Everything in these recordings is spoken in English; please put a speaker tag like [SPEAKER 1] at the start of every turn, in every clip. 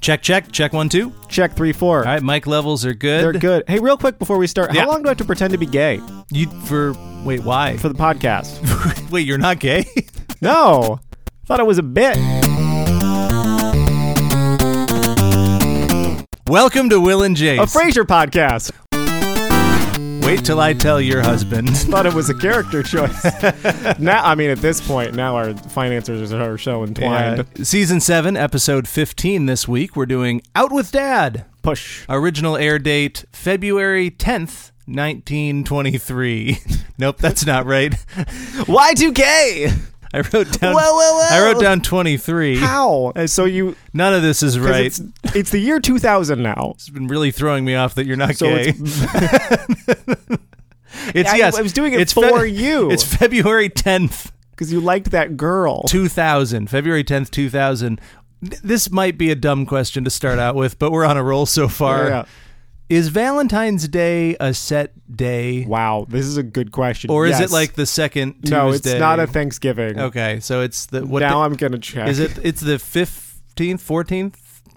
[SPEAKER 1] Check, check, check one, two.
[SPEAKER 2] Check three, four.
[SPEAKER 1] All right, mic levels are good.
[SPEAKER 2] They're good. Hey, real quick before we start,
[SPEAKER 1] Yeah.
[SPEAKER 2] how long do I have to pretend to be gay
[SPEAKER 1] You for wait, why?
[SPEAKER 2] for the podcast?
[SPEAKER 1] wait, you're not gay?
[SPEAKER 2] no, thought it was a bit.
[SPEAKER 1] Welcome to Will and Jace.
[SPEAKER 2] A Frasier podcast.
[SPEAKER 1] wait till I tell your husband.
[SPEAKER 2] Thought it was a character choice. now, I mean, at this point, now our financiers are so entwined.
[SPEAKER 1] Uh, season seven, episode fifteen. This week we're doing Out with Dad.
[SPEAKER 2] Push.
[SPEAKER 1] Original air date February tenth. 1923. nope, that's not right.
[SPEAKER 2] Y2K.
[SPEAKER 1] I wrote down.
[SPEAKER 2] Whoa, whoa, whoa.
[SPEAKER 1] I wrote down 23.
[SPEAKER 2] How? Uh, So you,
[SPEAKER 1] None of this is
[SPEAKER 2] 'cause
[SPEAKER 1] right.
[SPEAKER 2] It's, it's the year 2000 now.
[SPEAKER 1] It's been really throwing me off that you're not
[SPEAKER 2] So
[SPEAKER 1] gay.
[SPEAKER 2] it's,
[SPEAKER 1] It's
[SPEAKER 2] I-
[SPEAKER 1] yes.
[SPEAKER 2] I was doing it
[SPEAKER 1] it's Fe-
[SPEAKER 2] for you.
[SPEAKER 1] It's February 10th,
[SPEAKER 2] because you liked that girl.
[SPEAKER 1] 2000. February 10th, 2000. Th- This might be a dumb question to start out with, but we're on a roll so far.
[SPEAKER 2] Yeah.
[SPEAKER 1] Is Valentine's Day a set day,
[SPEAKER 2] Wow, this is a good question.
[SPEAKER 1] or is
[SPEAKER 2] Yes.
[SPEAKER 1] it like the second Tuesday?
[SPEAKER 2] No, it's not a Thanksgiving.
[SPEAKER 1] Okay, so it's the what?
[SPEAKER 2] now
[SPEAKER 1] the-
[SPEAKER 2] I'm gonna check.
[SPEAKER 1] is it? It's the 15th, 14th,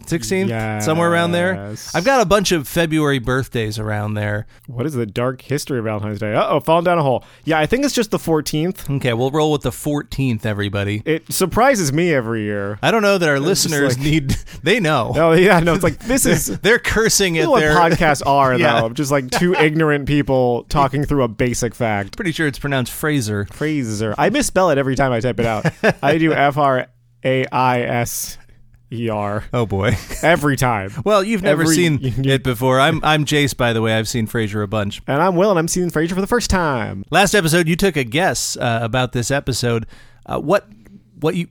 [SPEAKER 1] 16th, somewhere around there.
[SPEAKER 2] Yes.
[SPEAKER 1] I've got a bunch of February birthdays around there.
[SPEAKER 2] What is the dark history of Valentine's Day? Uh oh, falling down a hole. Yeah, I think it's just the 14th.
[SPEAKER 1] Okay, we'll roll with the 14th, everybody.
[SPEAKER 2] It surprises me every year.
[SPEAKER 1] I don't know that our listeners
[SPEAKER 2] like-
[SPEAKER 1] need. They know.
[SPEAKER 2] Oh yeah, no, it's like this is
[SPEAKER 1] They're cursing
[SPEAKER 2] you
[SPEAKER 1] at
[SPEAKER 2] know what
[SPEAKER 1] their.
[SPEAKER 2] podcasts are
[SPEAKER 1] Yeah.
[SPEAKER 2] though. Just like two ignorant people talking through a basic fact.
[SPEAKER 1] Pretty sure it's pronounced Fraser.
[SPEAKER 2] Fraser. I misspell it every time I type it out. I do F R A I S E R
[SPEAKER 1] Oh boy.
[SPEAKER 2] every time.
[SPEAKER 1] Well, you've never
[SPEAKER 2] Every-
[SPEAKER 1] seen it before. I'm I'm Jace, by the way. I've seen Fraser a bunch.
[SPEAKER 2] And I'm Will, and I'm seeing Fraser for the first time.
[SPEAKER 1] Last episode, you took a guess uh, about this episode. Uh, what what you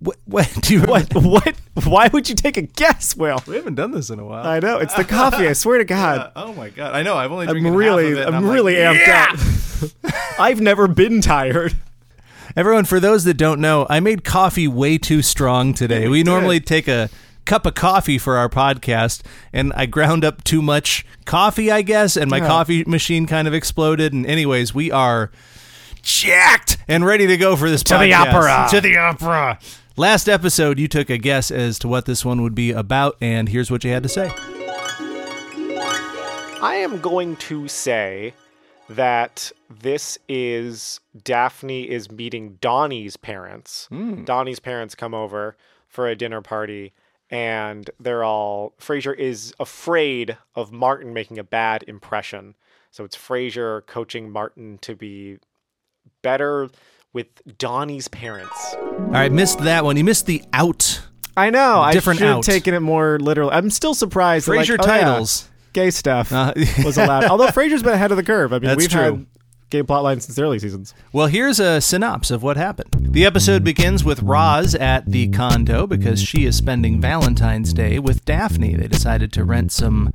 [SPEAKER 1] what what do you
[SPEAKER 2] What? What? Why would you take a guess, Will?
[SPEAKER 1] We haven't done this in a while.
[SPEAKER 2] I know it's the coffee. I swear to God.
[SPEAKER 1] oh my god! I know. I've only
[SPEAKER 2] I'm really, I'm really amped up. I've never been tired.
[SPEAKER 1] Everyone, for those that don't know, I made coffee way too strong today. we normally take a cup of coffee for our podcast, and I ground up too much coffee, I guess, and my
[SPEAKER 2] Oh.
[SPEAKER 1] coffee machine kind of exploded. And, anyways, we are jacked and ready to go for this to
[SPEAKER 2] the opera.
[SPEAKER 1] To the opera. Last episode, you took a guess as to what this one would be about, and here's what you had to say.
[SPEAKER 2] I am going to say that this is Daphne is meeting Donnie's parents. Donnie's parents come over for a dinner party, and they're all. Frasier is afraid of Martin making a bad impression, so it's Frasier coaching Martin to be better with Donnie's parents.
[SPEAKER 1] All right, missed that one. You missed the out.
[SPEAKER 2] I know.
[SPEAKER 1] Different
[SPEAKER 2] I should
[SPEAKER 1] out.
[SPEAKER 2] have taken it more literal. I'm still surprised. that,
[SPEAKER 1] Frasier
[SPEAKER 2] like, oh, yeah,
[SPEAKER 1] titles.
[SPEAKER 2] gay stuff
[SPEAKER 1] Uh,
[SPEAKER 2] was allowed. Although Frasier's been ahead of the curve. I mean,
[SPEAKER 1] That's
[SPEAKER 2] we've
[SPEAKER 1] true.
[SPEAKER 2] had gay plot lines since the early seasons.
[SPEAKER 1] Well, here's a synopsis of what happened. The episode begins with Roz at the condo because she is spending Valentine's Day with Daphne. They decided to rent some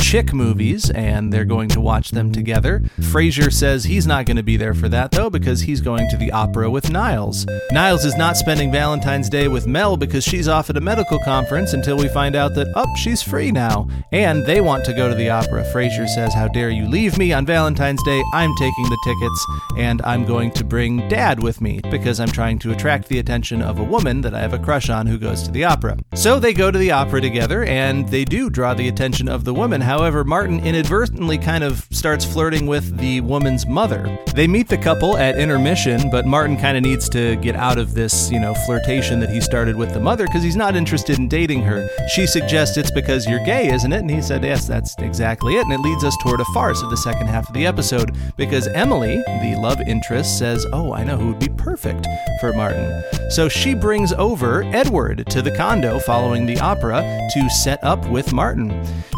[SPEAKER 1] chick movies and they're going to watch them together. Frasier says he's not going to be there for that though because he's going to the opera with Niles. Niles is not spending Valentine's Day with Mel because she's off at a medical conference until we find out that up she's free now and they want to go to the opera. Frasier says, "How dare you leave me on Valentine's Day? I'm taking the tickets and I'm going to bring dad with me because I'm trying to attract the attention of a woman that I have a crush on who goes to the opera." So they go to the opera together and they do draw the attention of the woman. However, Martin inadvertently kind of starts flirting with the woman's mother. They meet the couple at intermission, but Martin kind of needs to get out of this, you know, flirtation that he started with the mother because he's not interested in dating her. She suggests it's because you're gay, isn't it? And he said, yes, that's exactly it. And it leads us toward a farce of the second half of the episode because Emily, the love interest, says, oh, I know who would be perfect for Martin. So she brings over Edward to the condo following the opera to set up with Martin.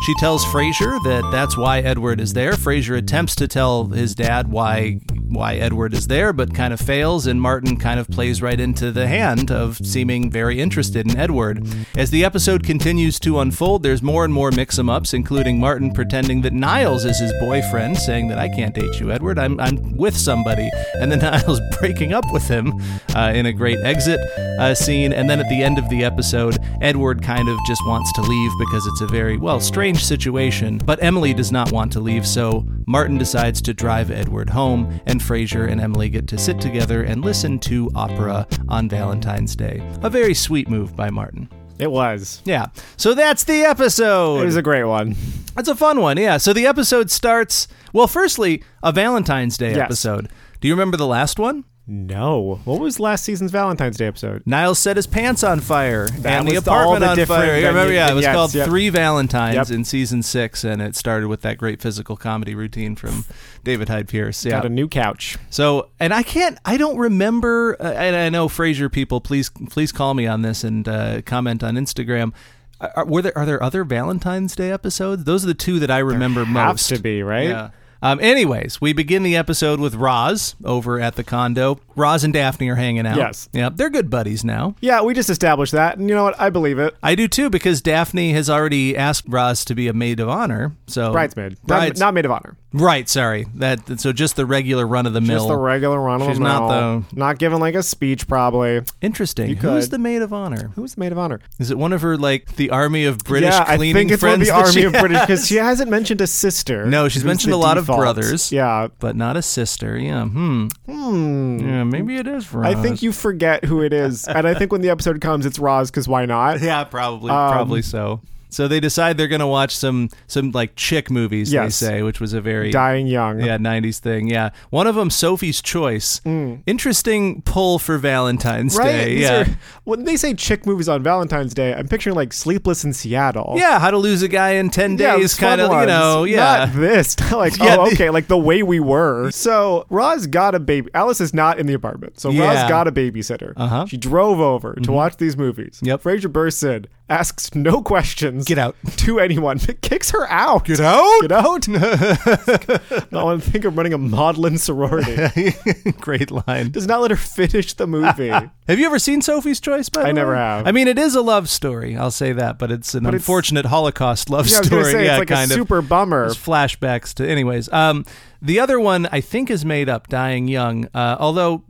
[SPEAKER 1] She tells Frasier that that's why Edward is there. Frasier attempts to tell his dad why why Edward is there, but kind of fails, and Martin kind of plays right into the hand of seeming very interested in Edward. As the episode continues to unfold, there's more and more mix em ups, including Martin pretending that Niles is his boyfriend, saying that I can't date you, Edward, I'm, I'm with somebody, and then Niles breaking up with him uh, in a great exit uh, scene. And then at the end of the episode, Edward kind of just wants to leave because it's a very, well, strange situation. But Emily does not want to leave, so Martin decides to drive Edward home, and Frasier and Emily get to sit together and listen to opera on Valentine's Day. A very sweet move by Martin.
[SPEAKER 2] It was.
[SPEAKER 1] Yeah. So that's the episode.
[SPEAKER 2] It was a great one.
[SPEAKER 1] That's a fun one. Yeah. So the episode starts. Well, firstly, a Valentine's Day
[SPEAKER 2] Yes.
[SPEAKER 1] episode. Do you remember the last one?
[SPEAKER 2] No. What was last season's Valentine's Day episode?
[SPEAKER 1] Niles set his pants on fire and the
[SPEAKER 2] was all
[SPEAKER 1] apartment
[SPEAKER 2] the
[SPEAKER 1] on
[SPEAKER 2] different
[SPEAKER 1] fire. Yeah, remember,
[SPEAKER 2] vignettes,
[SPEAKER 1] yeah, it was called
[SPEAKER 2] yep.
[SPEAKER 1] Three Valentines
[SPEAKER 2] Yep.
[SPEAKER 1] in season six, and it started with that great physical comedy routine from David Hyde Pierce. Yeah,
[SPEAKER 2] Got a new couch.
[SPEAKER 1] So, and I can't, I don't remember. Uh, and I know Frasier people, please, please call me on this and uh, comment on Instagram. Are, are- were there are there other Valentine's Day episodes? Those are the two that I remember
[SPEAKER 2] Have
[SPEAKER 1] most.
[SPEAKER 2] to be right.
[SPEAKER 1] Yeah. Um, anyways, we begin the episode with Roz over at the condo. Roz and Daphne are hanging out.
[SPEAKER 2] Yes.
[SPEAKER 1] Yep. They're good buddies now.
[SPEAKER 2] Yeah, we just established that, and you know what? I believe it.
[SPEAKER 1] I do too because Daphne has already asked Roz to be a maid of honor. So
[SPEAKER 2] Bridesmaid, Not-
[SPEAKER 1] Brides-
[SPEAKER 2] not, maid of honor.
[SPEAKER 1] right. Sorry. That. So just the regular run of the mill.
[SPEAKER 2] Just the regular run of
[SPEAKER 1] She's not the-
[SPEAKER 2] not giving like a speech probably.
[SPEAKER 1] Interesting.
[SPEAKER 2] could.
[SPEAKER 1] Who's the maid of honor?
[SPEAKER 2] Who's the maid of honor?
[SPEAKER 1] Is it one of her like the army of British
[SPEAKER 2] yeah,
[SPEAKER 1] cleaning
[SPEAKER 2] I think it's
[SPEAKER 1] friends?
[SPEAKER 2] one of the
[SPEAKER 1] that she
[SPEAKER 2] army of British
[SPEAKER 1] has?
[SPEAKER 2] because she hasn't mentioned a sister.
[SPEAKER 1] No, she's
[SPEAKER 2] who's
[SPEAKER 1] mentioned
[SPEAKER 2] the
[SPEAKER 1] a lot of
[SPEAKER 2] default.
[SPEAKER 1] brothers.
[SPEAKER 2] Yeah.
[SPEAKER 1] But not a sister. Yeah. Hmm.
[SPEAKER 2] Hmm.
[SPEAKER 1] Yeah. Maybe it is. Roz.
[SPEAKER 2] I think you forget who it is, and I think when the episode comes, it's Roz because why not?
[SPEAKER 1] Yeah. Probably.
[SPEAKER 2] Um,
[SPEAKER 1] probably so. So they decide they're going to watch some some like chick movies.
[SPEAKER 2] Yes.
[SPEAKER 1] They say, which was a very
[SPEAKER 2] Dying young.
[SPEAKER 1] yeah 90s thing. Yeah. One of them, Sophie's Choice. Interesting pull for Valentine's
[SPEAKER 2] Mm. Right?
[SPEAKER 1] Day.
[SPEAKER 2] These
[SPEAKER 1] yeah.
[SPEAKER 2] are- when they say chick movies on Valentine's Day, I'm picturing like Sleepless in Seattle.
[SPEAKER 1] yeah. How to lose a guy in ten
[SPEAKER 2] Yeah,
[SPEAKER 1] days?
[SPEAKER 2] those fun
[SPEAKER 1] Kind of. You
[SPEAKER 2] ones.
[SPEAKER 1] know. Yeah.
[SPEAKER 2] Not this. like,
[SPEAKER 1] Yeah,
[SPEAKER 2] oh,
[SPEAKER 1] the-
[SPEAKER 2] okay. Like the way we were. So Roz got a baby. Alice is not in the apartment. So
[SPEAKER 1] Yeah.
[SPEAKER 2] Roz got a babysitter.
[SPEAKER 1] Uh-huh. Mm-hmm.
[SPEAKER 2] She drove over to watch these movies.
[SPEAKER 1] Yep.
[SPEAKER 2] Fraser bursts in, asks no questions.
[SPEAKER 1] Get out.
[SPEAKER 2] To anyone. Kicks her out. Get
[SPEAKER 1] out.
[SPEAKER 2] Get out. I want to think of running a maudlin sorority.
[SPEAKER 1] Great line.
[SPEAKER 2] Does not let her finish the movie.
[SPEAKER 1] Have you ever seen Sophie's Choice? By the
[SPEAKER 2] I never
[SPEAKER 1] way?
[SPEAKER 2] have.
[SPEAKER 1] I mean, it is a love story. I'll say that, but it's an
[SPEAKER 2] it's-
[SPEAKER 1] unfortunate Holocaust love
[SPEAKER 2] yeah, I was
[SPEAKER 1] story.
[SPEAKER 2] going to say,
[SPEAKER 1] yeah,
[SPEAKER 2] it's like
[SPEAKER 1] kind
[SPEAKER 2] a
[SPEAKER 1] of.
[SPEAKER 2] super bummer.
[SPEAKER 1] There's flashbacks to, anyways. Um, the other one I think is made up. Dying Young. Uh, although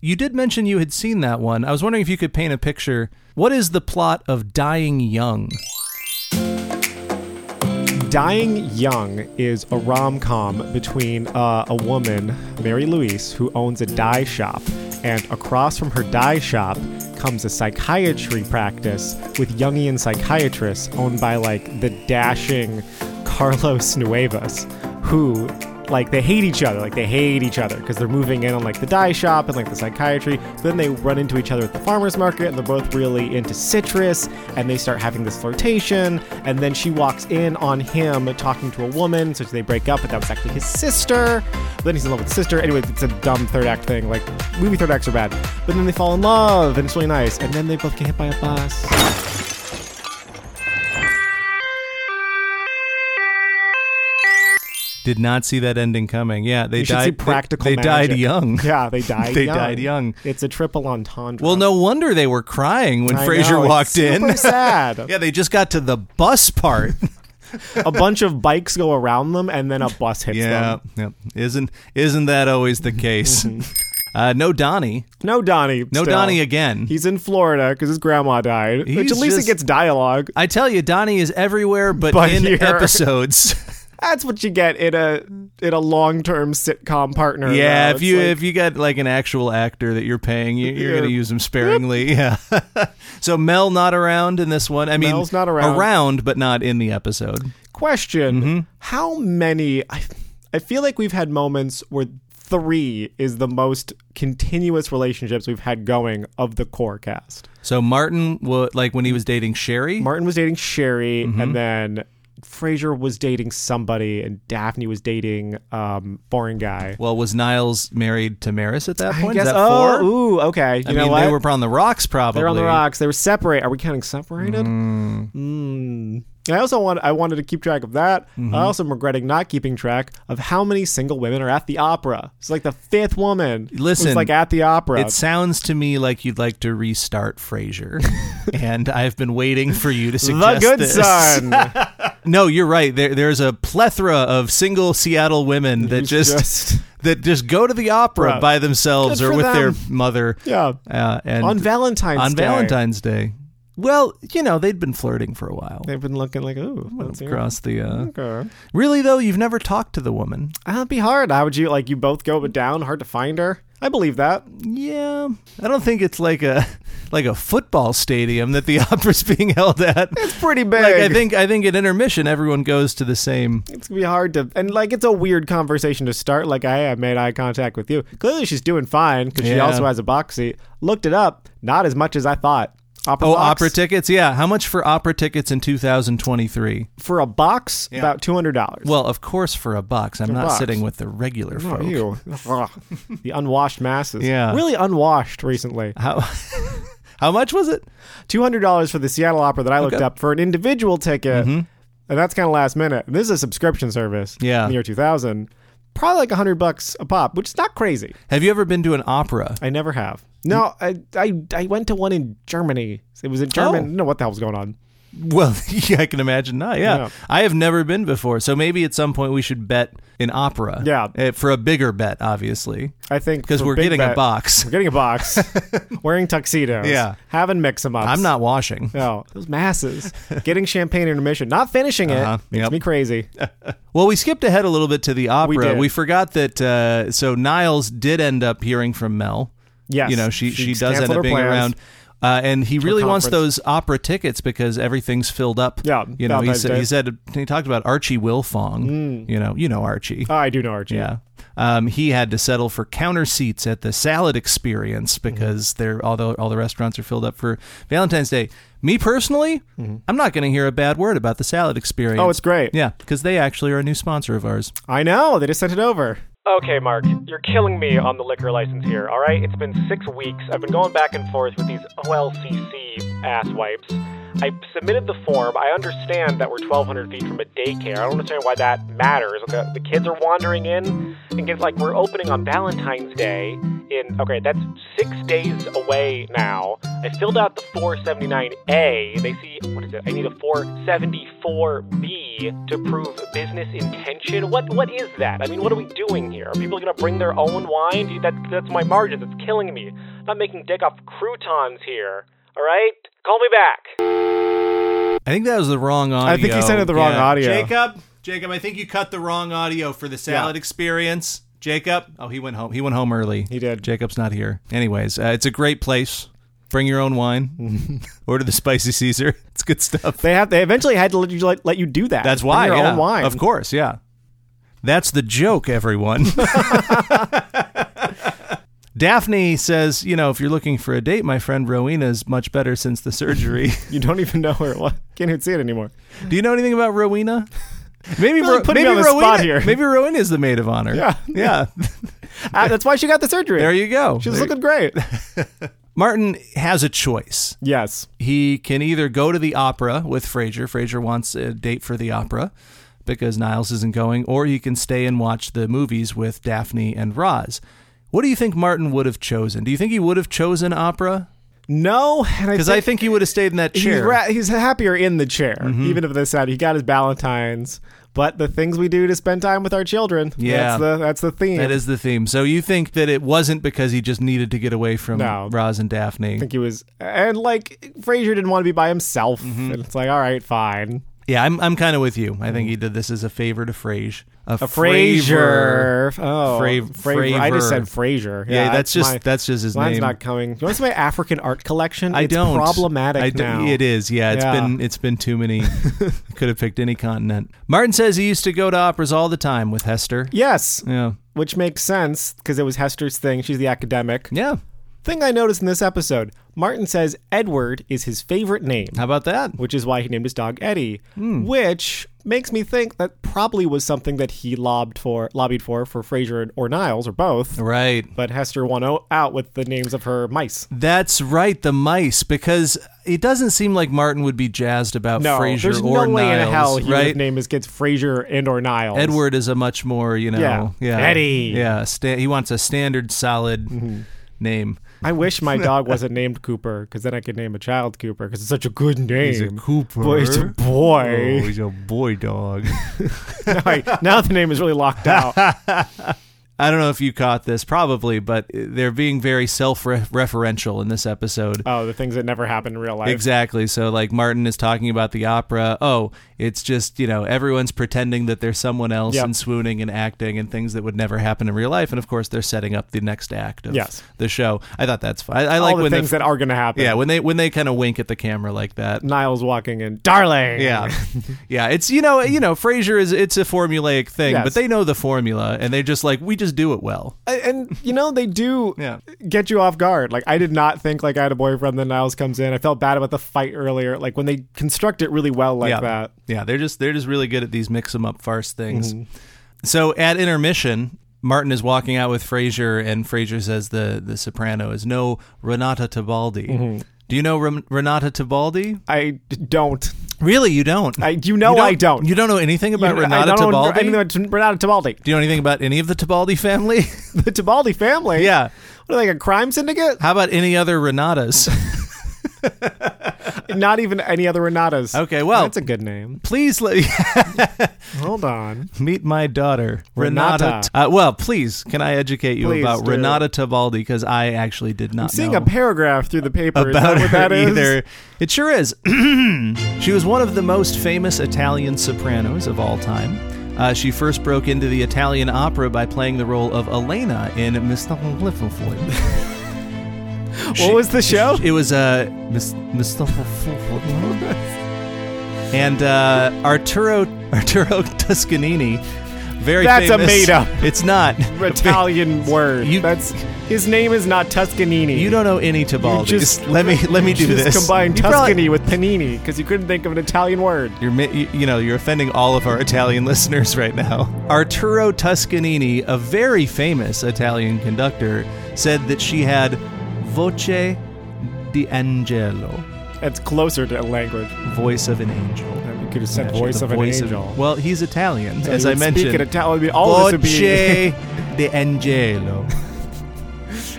[SPEAKER 1] you did mention you had seen that one, I was wondering if you could paint a picture. What is the plot of Dying Young?
[SPEAKER 2] Dying Young is a rom com between uh, a woman, Mary Louise, who owns a dye shop. And across from her dye shop comes a psychiatry practice with Jungian psychiatrists owned by like the dashing Carlos Nuevas, who like they hate each other. Like they hate each other because they're moving in on like the dye shop and like the psychiatry. Then they run into each other at the farmers market, and they're both really into citrus. And they start having this flirtation. And then she walks in on him talking to a woman, so they break up. But that was actually his sister. Then he's in love with the sister. Anyway, it's a dumb third act thing. Like movie third acts are bad. But then they fall in love, and it's really nice. And then they both get hit by a bus.
[SPEAKER 1] Did not see that ending coming. Yeah, they
[SPEAKER 2] You should
[SPEAKER 1] died.
[SPEAKER 2] see
[SPEAKER 1] they-
[SPEAKER 2] practical.
[SPEAKER 1] They,
[SPEAKER 2] magic.
[SPEAKER 1] died young.
[SPEAKER 2] Yeah, they died.
[SPEAKER 1] They
[SPEAKER 2] young.
[SPEAKER 1] died young.
[SPEAKER 2] It's a triple entendre.
[SPEAKER 1] Well, no wonder they were crying when
[SPEAKER 2] I
[SPEAKER 1] Fraser
[SPEAKER 2] know, it's
[SPEAKER 1] walked in.
[SPEAKER 2] Super sad.
[SPEAKER 1] Yeah, they just got to the bus part.
[SPEAKER 2] a bunch of bikes go around them, and then a bus hits
[SPEAKER 1] Yeah,
[SPEAKER 2] them.
[SPEAKER 1] yep. Isn't isn't that always the case? uh, no Donnie,
[SPEAKER 2] No Donnie.
[SPEAKER 1] no
[SPEAKER 2] Mm-hmm. still.
[SPEAKER 1] Donnie again.
[SPEAKER 2] He's in Florida because his grandma died. which
[SPEAKER 1] He's
[SPEAKER 2] at least
[SPEAKER 1] just-
[SPEAKER 2] it gets dialogue.
[SPEAKER 1] I tell you, Donnie is everywhere, but,
[SPEAKER 2] But
[SPEAKER 1] in
[SPEAKER 2] here.
[SPEAKER 1] episodes.
[SPEAKER 2] That's what you get in a in a long term sitcom partner.
[SPEAKER 1] yeah,
[SPEAKER 2] though.
[SPEAKER 1] if
[SPEAKER 2] It's
[SPEAKER 1] you
[SPEAKER 2] like-
[SPEAKER 1] if you got like an actual actor that you're paying, you, you're
[SPEAKER 2] Yeah.
[SPEAKER 1] going to use him sparingly. Yeah. so Mel not around in this one. I mean,
[SPEAKER 2] Mel's not around.
[SPEAKER 1] around, but not in the episode.
[SPEAKER 2] question:
[SPEAKER 1] Mm-hmm.
[SPEAKER 2] How many? I, I feel like we've had moments where three is the most continuous relationships we've had going of the core cast.
[SPEAKER 1] So Martin, wa like when he was dating Sherry,
[SPEAKER 2] Martin was dating Sherry, and then Frasier was dating somebody, and Daphne was dating um foreign guy.
[SPEAKER 1] well, was Niles married to Maris at that point? Is that
[SPEAKER 2] oh,
[SPEAKER 1] four?
[SPEAKER 2] ooh, okay. You
[SPEAKER 1] I
[SPEAKER 2] know
[SPEAKER 1] mean,
[SPEAKER 2] what?
[SPEAKER 1] they were on the rocks probably. Hmm.
[SPEAKER 2] They're on the rocks. They were separate. Are we counting separated? Mm. And I also want I wanted to keep track of that.
[SPEAKER 1] Mm-hmm.
[SPEAKER 2] I also am regretting not keeping track of how many single women are at the opera. It's like the fifth woman.
[SPEAKER 1] Listen,
[SPEAKER 2] was like at the opera.
[SPEAKER 1] It sounds to me like you'd like to restart Frasier, and I've been waiting for you to
[SPEAKER 2] the
[SPEAKER 1] suggest
[SPEAKER 2] good
[SPEAKER 1] this.
[SPEAKER 2] son.
[SPEAKER 1] No, you're right. There, there's a plethora of single Seattle women that
[SPEAKER 2] Who's
[SPEAKER 1] just,
[SPEAKER 2] just-
[SPEAKER 1] that just go to the opera
[SPEAKER 2] Right.
[SPEAKER 1] by themselves
[SPEAKER 2] Good
[SPEAKER 1] or
[SPEAKER 2] for
[SPEAKER 1] with their
[SPEAKER 2] them.
[SPEAKER 1] mother.
[SPEAKER 2] yeah.
[SPEAKER 1] Uh, and
[SPEAKER 2] On Valentine's
[SPEAKER 1] on
[SPEAKER 2] Day.
[SPEAKER 1] Valentine's Day. Well, you know they'd been flirting for a while
[SPEAKER 2] They've been looking like, ooh, that's your-
[SPEAKER 1] across the. Uh,
[SPEAKER 2] Okay. Uh,
[SPEAKER 1] really though, you've never talked to the woman.
[SPEAKER 2] That'd be hard. How would you like you both go down? Hard to find her. I believe that.
[SPEAKER 1] Yeah, I don't think it's like a like a football stadium that the opera's being held at.
[SPEAKER 2] It's pretty big.
[SPEAKER 1] Like I think I think at intermission everyone goes to the same.
[SPEAKER 2] it's gonna be hard to and like it's a weird conversation to start. Like I, I made eye contact with you. Clearly she's doing fine because she
[SPEAKER 1] Yeah.
[SPEAKER 2] also has a box seat. Looked it up. Not as much as I thought. Opera
[SPEAKER 1] Oh,
[SPEAKER 2] box,
[SPEAKER 1] opera tickets. Yeah, how much for opera tickets in 2023?
[SPEAKER 2] for a box about two hundred dollars.
[SPEAKER 1] Well, of course for a box. I'm not
[SPEAKER 2] box.
[SPEAKER 1] sitting with the regular folk.
[SPEAKER 2] Ew. Ugh. the unwashed masses.
[SPEAKER 1] Yeah.
[SPEAKER 2] Really unwashed recently.
[SPEAKER 1] How how much was it?
[SPEAKER 2] $200 for the Seattle Opera that I looked
[SPEAKER 1] Okay. Mm-hmm.
[SPEAKER 2] up for an individual ticket. And that's kind of last minute. This is a subscription service.
[SPEAKER 1] Yeah.
[SPEAKER 2] In the year 2000. Probably like 100 bucks a pop, which is not crazy.
[SPEAKER 1] Have you ever been to an opera?
[SPEAKER 2] I never have. No, I, I, I went to one in Germany. It was a German.
[SPEAKER 1] Mm. Oh.
[SPEAKER 2] No, what the hell was going on?
[SPEAKER 1] Well, yeah, I can imagine not. Yeah.
[SPEAKER 2] Yeah.
[SPEAKER 1] I have never been before, so maybe at some point we should bet in opera.
[SPEAKER 2] Yeah.
[SPEAKER 1] Eh, for a bigger bet, obviously,
[SPEAKER 2] I think
[SPEAKER 1] because
[SPEAKER 2] for
[SPEAKER 1] we're
[SPEAKER 2] Big
[SPEAKER 1] getting
[SPEAKER 2] Bet-
[SPEAKER 1] a box.
[SPEAKER 2] We're getting a box. wearing tuxedos.
[SPEAKER 1] Yeah.
[SPEAKER 2] Having mix them ups.
[SPEAKER 1] I'm not washing.
[SPEAKER 2] No, those masses. getting champagne intermission, not finishing it.
[SPEAKER 1] Uh-huh.
[SPEAKER 2] Makes
[SPEAKER 1] Yep.
[SPEAKER 2] me crazy.
[SPEAKER 1] Well, we skipped ahead a little bit to the opera.
[SPEAKER 2] did.
[SPEAKER 1] forgot that. Uh, so Niles did end up hearing from Mel.
[SPEAKER 2] Yes.
[SPEAKER 1] you know she she,
[SPEAKER 2] She
[SPEAKER 1] does end
[SPEAKER 2] canceled her
[SPEAKER 1] up being
[SPEAKER 2] plans.
[SPEAKER 1] around. Uh, and he really wants
[SPEAKER 2] conference.
[SPEAKER 1] those opera tickets because everything's filled up.
[SPEAKER 2] Yeah,
[SPEAKER 1] you know he
[SPEAKER 2] Valentine's
[SPEAKER 1] said
[SPEAKER 2] Day. Mm.
[SPEAKER 1] he said he talked about Archie Wilfong. You know, you know Archie.
[SPEAKER 2] Oh, I do know Archie.
[SPEAKER 1] Yeah. Um, he had to settle for counter seats at the salad experience
[SPEAKER 2] Mm-hmm.
[SPEAKER 1] because they're although all the restaurants are filled up for Valentine's Day. Me personally, I'm not going to hear a bad word about the salad experience.
[SPEAKER 2] Mm-hmm. Oh, it's great.
[SPEAKER 1] yeah, because they actually are a new sponsor of ours.
[SPEAKER 2] I know. They just sent it over.
[SPEAKER 3] Okay, Mark, you're killing me on the liquor license here, all right? It's been six weeks. I've been going back and forth with these OLCC ass wipes. I submitted the form. I understand that we're 1,200 feet from a daycare. I don't understand why that matters. The, the kids are wandering in, and it's like we're opening on Valentine's Day. In okay, that's six days away now. I filled out the 479A. They see what is it? I need a 474B to prove business intention. What what is that? I mean, what are we doing here? Are people gonna bring their own wine? Dude, that that's my margins. It's killing me. I'm not making dick off croutons here. All right, call me back.
[SPEAKER 1] I think that was the wrong audio.
[SPEAKER 2] think he sent it the wrong audio.
[SPEAKER 1] Jacob, Jacob, I think you cut the wrong audio for the salad experience. Jacob, oh, he went home. He went home early.
[SPEAKER 2] He did.
[SPEAKER 1] Jacob's not here. Anyways, uh, it's a great place. Bring your own wine. Order the spicy Caesar. It's good stuff.
[SPEAKER 2] They have. They eventually had to let you let, let you do that.
[SPEAKER 1] That's
[SPEAKER 2] Bring
[SPEAKER 1] why.
[SPEAKER 2] your
[SPEAKER 1] yeah.
[SPEAKER 2] own wine.
[SPEAKER 1] Of course, yeah. That's the joke, everyone. Daphne says, you know, if you're looking for a date, my friend Rowena's much better since the surgery.
[SPEAKER 2] You don't even know where it was. Can't even see it anymore.
[SPEAKER 1] Do you know anything about Rowena? Maybe
[SPEAKER 2] Really
[SPEAKER 1] Ro-
[SPEAKER 2] putting
[SPEAKER 1] maybe
[SPEAKER 2] me on the
[SPEAKER 1] Rowena,
[SPEAKER 2] spot here.
[SPEAKER 1] Maybe Rowena is the maid of honor.
[SPEAKER 2] Yeah.
[SPEAKER 1] yeah.
[SPEAKER 2] Ah, that's why she got the surgery.
[SPEAKER 1] There you go.
[SPEAKER 2] She's
[SPEAKER 1] There-
[SPEAKER 2] looking great.
[SPEAKER 1] Martin has a choice.
[SPEAKER 2] yes.
[SPEAKER 1] He can either go to the opera with Fraser. Fraser wants a date for the opera because Niles isn't going, or he can stay and watch the movies with Daphne and Roz. What do you think Martin would have chosen? Do you think he would have chosen opera?
[SPEAKER 2] No, and I
[SPEAKER 1] Because I think he would have stayed in that
[SPEAKER 2] he's
[SPEAKER 1] chair. Mm-hmm.
[SPEAKER 2] ra- he's happier in the chair, even if they said he got his Valentines. But the things we do to spend time with our children.
[SPEAKER 1] Yeah.
[SPEAKER 2] That's the that's the theme.
[SPEAKER 1] that is the theme. So you think that it wasn't because he just needed to get away from
[SPEAKER 2] No.
[SPEAKER 1] Roz and Daphne?
[SPEAKER 2] I think he was, and like Frazier didn't want to be by himself,
[SPEAKER 1] Mm-hmm.
[SPEAKER 2] and it's like, all right, fine.
[SPEAKER 1] Yeah, I'm I'm kind of with you. I
[SPEAKER 2] Mm.
[SPEAKER 1] think he did this as a favor to Frage. A, a
[SPEAKER 2] Frazier. Oh,
[SPEAKER 1] Fra-
[SPEAKER 2] Fra- I just
[SPEAKER 1] Fravor.
[SPEAKER 2] said Frazier.
[SPEAKER 1] Yeah, that's just
[SPEAKER 2] my-
[SPEAKER 1] that's just his
[SPEAKER 2] Mine's
[SPEAKER 1] name.
[SPEAKER 2] not coming. Do you want to see my African art collection?
[SPEAKER 1] I
[SPEAKER 2] it's
[SPEAKER 1] don't.
[SPEAKER 2] problematic
[SPEAKER 1] I d-
[SPEAKER 2] now.
[SPEAKER 1] It is. Yeah, It's
[SPEAKER 2] Yeah.
[SPEAKER 1] been it's been too many. Could have picked any continent. Martin says he used to go to operas all the time with Hester.
[SPEAKER 2] Yes,
[SPEAKER 1] Yeah.
[SPEAKER 2] which makes sense because it was Hester's thing. She's the academic.
[SPEAKER 1] Yeah.
[SPEAKER 2] Thing I noticed in this episode, Martin says Edward is his favorite name,
[SPEAKER 1] How about that?
[SPEAKER 2] which is why he named his dog Eddie,
[SPEAKER 1] Hmm.
[SPEAKER 2] which makes me think that probably was something that he lobbed for, lobbied for, for Fraser or Niles or both.
[SPEAKER 1] Right.
[SPEAKER 2] But Hester won o- out with the names of her mice.
[SPEAKER 1] That's right, the mice, because it doesn't seem like Martin would be jazzed about
[SPEAKER 2] No,
[SPEAKER 1] Frasier
[SPEAKER 2] there's
[SPEAKER 1] or
[SPEAKER 2] no way
[SPEAKER 1] Niles,
[SPEAKER 2] in hell he
[SPEAKER 1] right?
[SPEAKER 2] would name his kids Fraser and or Niles.
[SPEAKER 1] Edward is a much more, you know,
[SPEAKER 2] Yeah. Eddie.
[SPEAKER 1] Yeah, sta- he wants a standard, solid
[SPEAKER 2] Mm-hmm.
[SPEAKER 1] name.
[SPEAKER 2] I wish my dog wasn't named Cooper because then I could name a child Cooper because it's such a good name.
[SPEAKER 1] He's a Cooper.
[SPEAKER 2] But it's a
[SPEAKER 1] Oh,
[SPEAKER 2] boy.
[SPEAKER 1] he's a boy dog.
[SPEAKER 2] Like, now the name is really locked out.
[SPEAKER 1] I don't know if you caught this, probably, but they're being very self-referential in this episode.
[SPEAKER 2] Oh, the things that never happen in real life.
[SPEAKER 1] Exactly. So, like, Martin is talking about the opera. Oh, it's just, you know, everyone's pretending that they're someone else
[SPEAKER 2] Yep.
[SPEAKER 1] and swooning and acting and things that would never happen in real life. And of course, they're setting up the next act of
[SPEAKER 2] Yes.
[SPEAKER 1] the show. I thought that's fun. I, I
[SPEAKER 2] All
[SPEAKER 1] like
[SPEAKER 2] the
[SPEAKER 1] when
[SPEAKER 2] things
[SPEAKER 1] the,
[SPEAKER 2] that are going to happen.
[SPEAKER 1] yeah, when they when they kind of wink at the camera like that.
[SPEAKER 2] Niles walking in, darling.
[SPEAKER 1] Yeah, yeah. It's you know you know Frasier is it's a formulaic thing,
[SPEAKER 2] Yes.
[SPEAKER 1] but they know the formula and they're just like we just do it well.
[SPEAKER 2] I- and you know they do
[SPEAKER 1] Yeah.
[SPEAKER 2] get you off guard like i did not think like i had a boyfriend then niles comes in i felt bad about the fight earlier like when they construct it really well like
[SPEAKER 1] yeah.
[SPEAKER 2] that Mm-hmm.
[SPEAKER 1] Yeah, they're just they're just really good at these mix 'em up farce things. So at intermission, Martin is walking out with Frasier, and Frasier says the the soprano is no Renata Tibaldi.
[SPEAKER 2] Mm-hmm.
[SPEAKER 1] Do you know Ren- Renata Tibaldi?
[SPEAKER 2] i d- don't
[SPEAKER 1] Really, you don't.
[SPEAKER 2] I- you know I don't.
[SPEAKER 1] You don't know anything about
[SPEAKER 2] You know,
[SPEAKER 1] Renata
[SPEAKER 2] I don't know
[SPEAKER 1] Tibaldi.
[SPEAKER 2] anything about T- renata tibaldi
[SPEAKER 1] Do you know anything about any of the Tibaldi family?
[SPEAKER 2] the tibaldi family
[SPEAKER 1] yeah.
[SPEAKER 2] what are they a crime syndicate
[SPEAKER 1] How about any other Renatas?
[SPEAKER 2] not even any other renatas
[SPEAKER 1] Okay, well-
[SPEAKER 2] that's a good name
[SPEAKER 1] Please let
[SPEAKER 2] hold on
[SPEAKER 1] meet my daughter
[SPEAKER 2] Renata.
[SPEAKER 1] Renata. Uh, well, please can I educate you
[SPEAKER 2] Please
[SPEAKER 1] about
[SPEAKER 2] do.
[SPEAKER 1] Renata Tibaldi because I actually did not
[SPEAKER 2] seeing
[SPEAKER 1] know.
[SPEAKER 2] a paragraph through the paper is
[SPEAKER 1] about
[SPEAKER 2] that
[SPEAKER 1] her
[SPEAKER 2] what that is?
[SPEAKER 1] either. It sure is. she was one of the most famous Italian sopranos of all time. Uh, she first broke into the Italian opera by playing the role of Elena in Mr. Liverpool.
[SPEAKER 2] what was the show
[SPEAKER 1] It was uh, Mis- Mr. Liverpool. and uh, Arturo Arturo Toscanini. Very
[SPEAKER 2] That's a
[SPEAKER 1] famous-
[SPEAKER 2] made-up.
[SPEAKER 1] It's not.
[SPEAKER 2] italian word
[SPEAKER 1] You-
[SPEAKER 2] that's his name is not tuscanini
[SPEAKER 1] You don't know any Tibaldi.
[SPEAKER 2] just-
[SPEAKER 1] let me let me do
[SPEAKER 2] just
[SPEAKER 1] this.
[SPEAKER 2] combine
[SPEAKER 1] You probably-
[SPEAKER 2] Tuscany with panini because you couldn't think of an Italian word.
[SPEAKER 1] You're, mi- you you know, you're offending all of our Italian listeners right now. Arturo Toscanini, a very famous Italian conductor, said that she had voce di angelo,
[SPEAKER 2] That's closer to language.
[SPEAKER 1] voice of an angel.
[SPEAKER 2] You could have said
[SPEAKER 1] She had
[SPEAKER 2] voice
[SPEAKER 1] the
[SPEAKER 2] of an
[SPEAKER 1] voice
[SPEAKER 2] angel.
[SPEAKER 1] well, he's Italian,
[SPEAKER 2] So
[SPEAKER 1] as
[SPEAKER 2] you
[SPEAKER 1] I
[SPEAKER 2] would speak in
[SPEAKER 1] mentioned.
[SPEAKER 2] Italian. I mean, all of this would be
[SPEAKER 1] voce di angelo.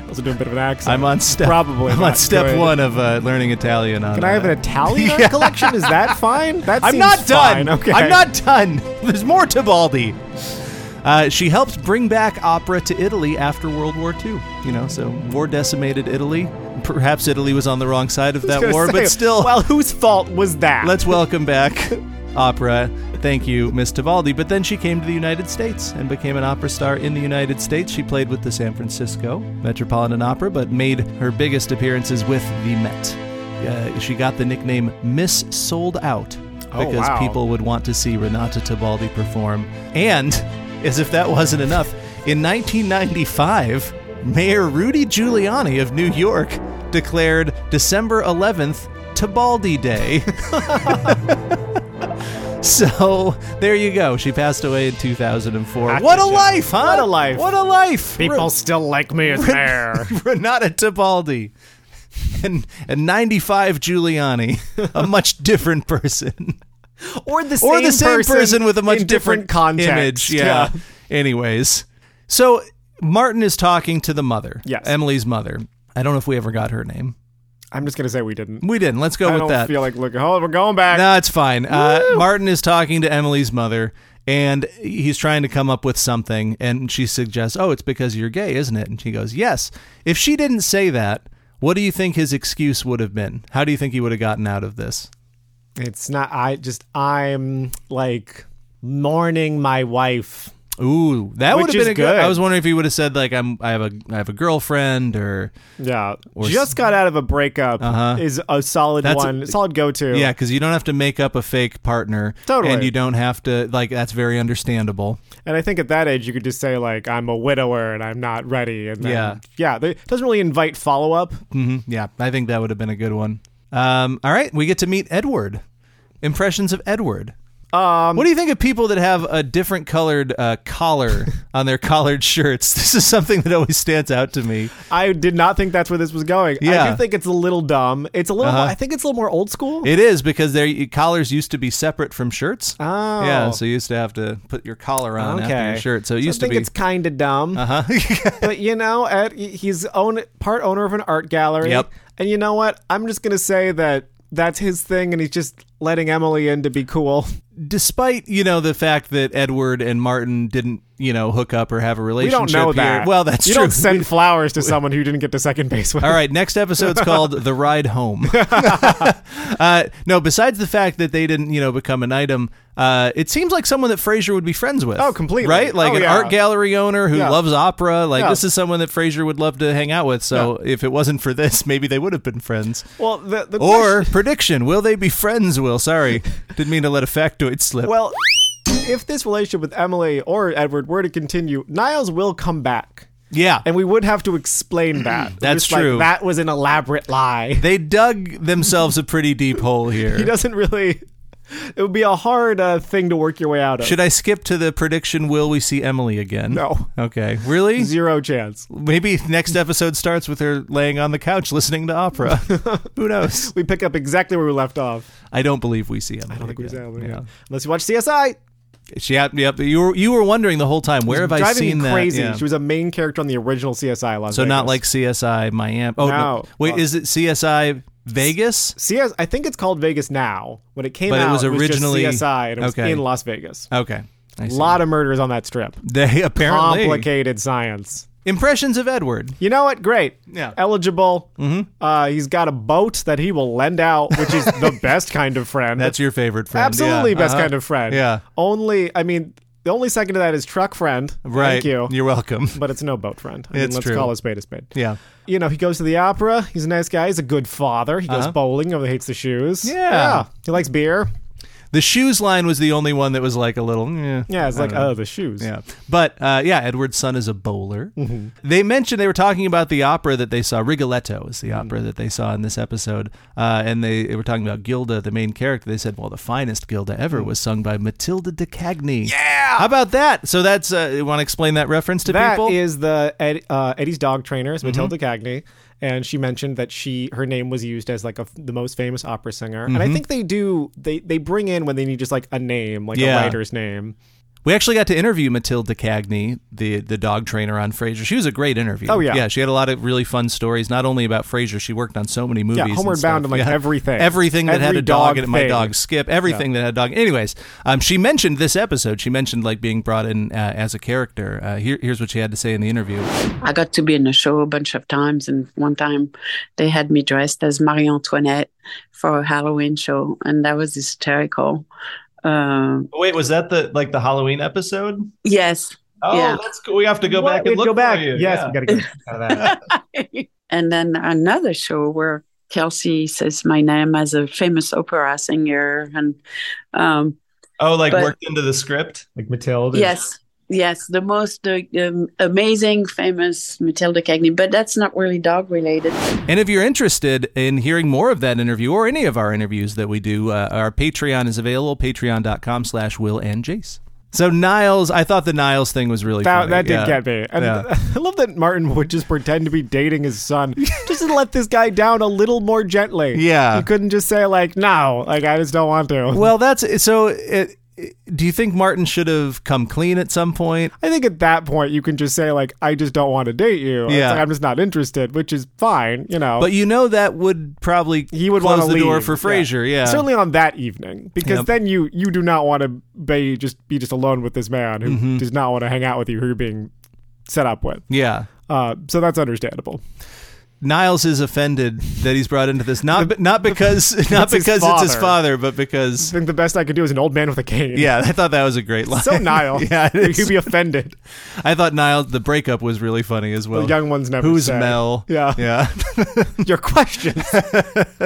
[SPEAKER 2] also do a bit of an accent.
[SPEAKER 1] I'm on step.
[SPEAKER 2] Probably
[SPEAKER 1] I'm
[SPEAKER 2] not
[SPEAKER 1] on step
[SPEAKER 2] good.
[SPEAKER 1] one of uh, learning Italian. On
[SPEAKER 2] Can I have an
[SPEAKER 1] uh,
[SPEAKER 2] Italian collection? Is that fine? That
[SPEAKER 1] I'm
[SPEAKER 2] seems
[SPEAKER 1] not done.
[SPEAKER 2] fine. Okay.
[SPEAKER 1] I'm not done. There's more Tibaldi. Uh, she helped bring back opera to Italy after World War II. You know, so war decimated Italy. Perhaps Italy was on the wrong side of that
[SPEAKER 2] Gonna
[SPEAKER 1] war,
[SPEAKER 2] say,
[SPEAKER 1] but still,
[SPEAKER 2] Well, whose fault was that?
[SPEAKER 1] let's welcome back opera. Thank you, Miss Tibaldi. But then she came to the United States and became an opera star in the United States. She played with the San Francisco Metropolitan Opera, but made her biggest appearances with the Met. Uh, she got the nickname Miss Sold Out
[SPEAKER 2] Oh,
[SPEAKER 1] because
[SPEAKER 2] wow.
[SPEAKER 1] people would want to see Renata Tibaldi perform. And, as if that wasn't enough, in 1995, Mayor Rudy Giuliani of New York declared December 11th Tibaldi Day. so there you go. She passed away in 2004.
[SPEAKER 2] Gotcha.
[SPEAKER 1] What a life, huh?
[SPEAKER 2] What a life.
[SPEAKER 1] What a life.
[SPEAKER 2] People still like me as mayor.
[SPEAKER 1] Re- Renata Tibaldi. And, and 95 Giuliani, a much different person
[SPEAKER 2] or the
[SPEAKER 1] or the same person, with a much
[SPEAKER 2] in
[SPEAKER 1] different,
[SPEAKER 2] context.
[SPEAKER 1] image. Yeah. Anyways, so Martin is talking to the mother.
[SPEAKER 2] Yes.
[SPEAKER 1] Emily's mother. I don't know if we ever got her name.
[SPEAKER 2] I'm just gonna say we didn't.
[SPEAKER 1] We didn't. Let's go
[SPEAKER 2] I
[SPEAKER 1] with
[SPEAKER 2] don't
[SPEAKER 1] that.
[SPEAKER 2] feel like looking. Oh, we're going back.
[SPEAKER 1] no, it's fine. Uh, Martin is talking to Emily's mother. And he's trying to come up with something, and she suggests, "Oh, it's because you're gay, isn't it?" And she goes, "Yes." If she didn't say that, what do you think his excuse would have been? How do you think he would have gotten out of this?
[SPEAKER 2] It's not. I just. I'm like mourning my wife.
[SPEAKER 1] Ooh, that
[SPEAKER 2] Which
[SPEAKER 1] would have
[SPEAKER 2] is
[SPEAKER 1] been a good.
[SPEAKER 2] good.
[SPEAKER 1] I was wondering if he would have said like I'm I have a I have a girlfriend or
[SPEAKER 2] Yeah. just got out of a breakup is a solid
[SPEAKER 1] Uh-huh. That's a-
[SPEAKER 2] one. solid go to.
[SPEAKER 1] yeah, because you don't have to make up a fake partner.
[SPEAKER 2] Totally.
[SPEAKER 1] and you don't have to like that's very understandable.
[SPEAKER 2] And I think at that age you could just say like I'm a widower and I'm not ready. And then,
[SPEAKER 1] Yeah.
[SPEAKER 2] Yeah. They, it doesn't really invite follow up.
[SPEAKER 1] hmm Yeah, I think that would have been a good one. Um, all right, we get to meet Edward. Impressions of Edward.
[SPEAKER 2] Um.
[SPEAKER 1] What do you think of people that have a different colored uh, collar on their collared shirts? This is something that always stands out to me.
[SPEAKER 2] I did not think that's where this was going. I
[SPEAKER 1] Yeah. Uh-huh.
[SPEAKER 2] do think it's a little dumb. It's a little. I think it's a little more old school.
[SPEAKER 1] It is because their collars used to be separate from shirts.
[SPEAKER 2] oh.
[SPEAKER 1] Yeah, so you used to have to put your collar on after your
[SPEAKER 2] Okay.
[SPEAKER 1] shirt. So it used
[SPEAKER 2] I
[SPEAKER 1] to
[SPEAKER 2] think
[SPEAKER 1] be.
[SPEAKER 2] it's kind of dumb.
[SPEAKER 1] uh huh.
[SPEAKER 2] but you know, Ed, he's own part owner of an art gallery.
[SPEAKER 1] Yep.
[SPEAKER 2] And you know what? I'm just gonna say that that's his thing, and he's just letting Emily in to be cool.
[SPEAKER 1] despite you know the fact that Edward and Martin didn't you know hook up or have a
[SPEAKER 2] We
[SPEAKER 1] relationship.
[SPEAKER 2] don't know
[SPEAKER 1] here-
[SPEAKER 2] that.
[SPEAKER 1] Well, that's
[SPEAKER 2] you
[SPEAKER 1] true.
[SPEAKER 2] don't send flowers to someone who didn't get to second base with.
[SPEAKER 1] All right, next episode's called "The Ride Home." uh, no, besides the fact that they didn't, you know, become an item, uh, it seems like someone that Frasier would be friends with.
[SPEAKER 2] Oh, completely.
[SPEAKER 1] Right, like
[SPEAKER 2] Oh,
[SPEAKER 1] an
[SPEAKER 2] yeah.
[SPEAKER 1] art gallery owner who
[SPEAKER 2] Yeah.
[SPEAKER 1] loves opera. Like
[SPEAKER 2] Yeah.
[SPEAKER 1] this is someone that Frasier would love to hang out with. So if it wasn't for this, maybe they would have been friends.
[SPEAKER 2] Well, the, the
[SPEAKER 1] Or prediction: Will they be friends? Will sorry, didn't mean to let a factoid slip.
[SPEAKER 2] Well, if this relationship with Emily or Edward were to continue, Niles will come back.
[SPEAKER 1] yeah,
[SPEAKER 2] And we would have to explain that.
[SPEAKER 1] That's
[SPEAKER 2] Just like,
[SPEAKER 1] true.
[SPEAKER 2] that was an elaborate lie.
[SPEAKER 1] they dug themselves a pretty deep hole here.
[SPEAKER 2] He doesn't really. It would be a hard uh, thing to work your way out of.
[SPEAKER 1] Should I skip to the prediction? Will we see Emily again?
[SPEAKER 2] No.
[SPEAKER 1] Okay. Really?
[SPEAKER 2] Zero chance.
[SPEAKER 1] Maybe next episode starts with her laying on the couch listening to opera. Who knows?
[SPEAKER 2] We pick up exactly where we left off.
[SPEAKER 1] I don't believe we see Emily. I don't
[SPEAKER 2] Like we said, yeah. Unless you watch CSI.
[SPEAKER 1] She, yep, yep. You were you were wondering the whole time where have I
[SPEAKER 2] Driving
[SPEAKER 1] seen
[SPEAKER 2] me crazy.
[SPEAKER 1] that? Yeah.
[SPEAKER 2] She was a main character on the original CSI Las
[SPEAKER 1] so
[SPEAKER 2] Vegas.
[SPEAKER 1] not like CSI Miami. Oh no.
[SPEAKER 2] No.
[SPEAKER 1] Wait,
[SPEAKER 2] Uh,
[SPEAKER 1] is it CSI Vegas?
[SPEAKER 2] CS. I think it's called Vegas now. When it came
[SPEAKER 1] But it
[SPEAKER 2] out,
[SPEAKER 1] was originally-
[SPEAKER 2] just CSI and it was
[SPEAKER 1] okay.
[SPEAKER 2] in Las Vegas.
[SPEAKER 1] Okay. I
[SPEAKER 2] A
[SPEAKER 1] see.
[SPEAKER 2] lot of murders on that strip.
[SPEAKER 1] They apparently
[SPEAKER 2] Complicated science.
[SPEAKER 1] impressions of Edward.
[SPEAKER 2] You know what? Great.
[SPEAKER 1] Yeah.
[SPEAKER 2] Eligible. Mm-hmm. Uh, he's got a boat that he will lend out, which is the best kind of friend.
[SPEAKER 1] That's your favorite friend.
[SPEAKER 2] absolutely
[SPEAKER 1] yeah.
[SPEAKER 2] best
[SPEAKER 1] Uh-huh.
[SPEAKER 2] kind of friend.
[SPEAKER 1] Yeah.
[SPEAKER 2] Only, I mean, the only second to that is truck friend.
[SPEAKER 1] Right.
[SPEAKER 2] Thank you.
[SPEAKER 1] You're welcome.
[SPEAKER 2] But it's no boat friend. I mean,
[SPEAKER 1] It's
[SPEAKER 2] let's
[SPEAKER 1] true.
[SPEAKER 2] call a spade a spade.
[SPEAKER 1] Yeah.
[SPEAKER 2] You know, he goes to the opera. He's a nice guy. He's a good father. He goes
[SPEAKER 1] Uh-huh.
[SPEAKER 2] bowling. He hates the shoes.
[SPEAKER 1] Yeah.
[SPEAKER 2] He likes beer.
[SPEAKER 1] The shoes line was the only one that was like a little. eh. Yeah,
[SPEAKER 2] Yeah. It's
[SPEAKER 1] I
[SPEAKER 2] like,
[SPEAKER 1] don't know.
[SPEAKER 2] oh, the shoes.
[SPEAKER 1] Uh-huh. Yeah, but uh, yeah, Edward's son is a bowler.
[SPEAKER 2] Mm-hmm.
[SPEAKER 1] They mentioned they were talking about the opera that they saw. Rigoletto is
[SPEAKER 2] Mm.
[SPEAKER 1] the opera that they saw in this episode, uh, and they, they were talking about Gilda, the main character. They said, "Well, the finest Gilda
[SPEAKER 2] Mm.
[SPEAKER 1] ever was sung by Matilda de Cagni." Yeah, how about that? So that's uh, you want to explain that reference to
[SPEAKER 2] That is
[SPEAKER 1] people? Mm-hmm.
[SPEAKER 2] the Ed, uh, Eddie's dog trainer, is Matilda Cagney, and she mentioned that she her name was used as like a, the most famous opera singer. And I
[SPEAKER 1] Mm-hmm.
[SPEAKER 2] think they do they they bring in when they need just like a name, like
[SPEAKER 1] Yeah.
[SPEAKER 2] a writer's name.
[SPEAKER 1] we actually got to interview Matilda Cagney, the the dog trainer on Frasier. She was a great interview.
[SPEAKER 2] Oh, yeah.
[SPEAKER 1] yeah. She had a lot of really fun stories, not only about Frasier. She worked on so many movies.
[SPEAKER 2] Yeah,
[SPEAKER 1] and
[SPEAKER 2] Homeward
[SPEAKER 1] stuff.
[SPEAKER 2] Bound and like
[SPEAKER 1] Yeah.
[SPEAKER 2] everything,
[SPEAKER 1] everything that had
[SPEAKER 2] Every
[SPEAKER 1] a dog, in it, my
[SPEAKER 2] thing.
[SPEAKER 1] dog Skip, everything that had a dog. Anyways, um, she mentioned this episode. She mentioned like being brought in uh, as a character. Uh, here, here's what she had to say in the interview.
[SPEAKER 4] I got to be in the show a bunch of times, and one time they had me dressed as Marie Antoinette for a Halloween show, and that was hysterical. Uh,
[SPEAKER 1] Wait, was that the like the Halloween episode?
[SPEAKER 4] yes,
[SPEAKER 1] Oh,
[SPEAKER 4] Yeah.
[SPEAKER 1] that's cool. We have to go
[SPEAKER 2] What? We go back. Yes, we gotta get out of that.
[SPEAKER 4] and then another show where Kelsey says my name as a famous opera singer, and um,
[SPEAKER 1] Oh, like
[SPEAKER 4] But- worked
[SPEAKER 1] into the script.
[SPEAKER 2] like Matilda.
[SPEAKER 4] yes. Yes, the most uh, um, amazing, famous Matilda Cagney, but that's not really dog related.
[SPEAKER 1] And if you're interested in hearing more of that interview or any of our interviews that we do, uh, our Patreon is available. Patreon.com slash Will and Jace. So Niles, I thought the Niles thing was really
[SPEAKER 2] That,
[SPEAKER 1] funny.
[SPEAKER 2] that did
[SPEAKER 1] Yeah.
[SPEAKER 2] get me. And
[SPEAKER 1] Yeah.
[SPEAKER 2] I love that Martin would just pretend to be dating his son just to let this guy down a little more gently.
[SPEAKER 1] Yeah.
[SPEAKER 2] He couldn't just say, like, no, like, I just don't want to.
[SPEAKER 1] Well, that's so. It, it- do you think Martin should have come clean at some point?
[SPEAKER 2] I think at that point you can just say like, I just don't want to date you. It's
[SPEAKER 1] Yeah.
[SPEAKER 2] like, I'm just not interested, which is fine, you know.
[SPEAKER 1] But you know that would probably
[SPEAKER 2] he would
[SPEAKER 1] close
[SPEAKER 2] want
[SPEAKER 1] the
[SPEAKER 2] to leave.
[SPEAKER 1] door for Frasier. Yeah.
[SPEAKER 2] certainly on that evening, because
[SPEAKER 1] Yep.
[SPEAKER 2] then you you do not want to be just be just alone with this man who
[SPEAKER 1] Mm-hmm.
[SPEAKER 2] does not want to hang out with you, who you're being set up with.
[SPEAKER 1] Yeah.
[SPEAKER 2] Uh, so that's understandable.
[SPEAKER 1] Niles is offended that he's brought into this not not because not
[SPEAKER 2] it's his
[SPEAKER 1] because it's his
[SPEAKER 2] father.
[SPEAKER 1] father, but because
[SPEAKER 2] I think the best I could do is an old man with a cane.
[SPEAKER 1] yeah, I thought that was a great line.
[SPEAKER 2] So Niall,
[SPEAKER 1] yeah, it
[SPEAKER 2] you'd
[SPEAKER 1] is.
[SPEAKER 2] be offended.
[SPEAKER 1] I thought Niles the breakup was really funny as well.
[SPEAKER 2] The young ones never.
[SPEAKER 1] Who's
[SPEAKER 2] say.
[SPEAKER 1] Mel?
[SPEAKER 2] Yeah.
[SPEAKER 1] Yeah.
[SPEAKER 2] Your questions,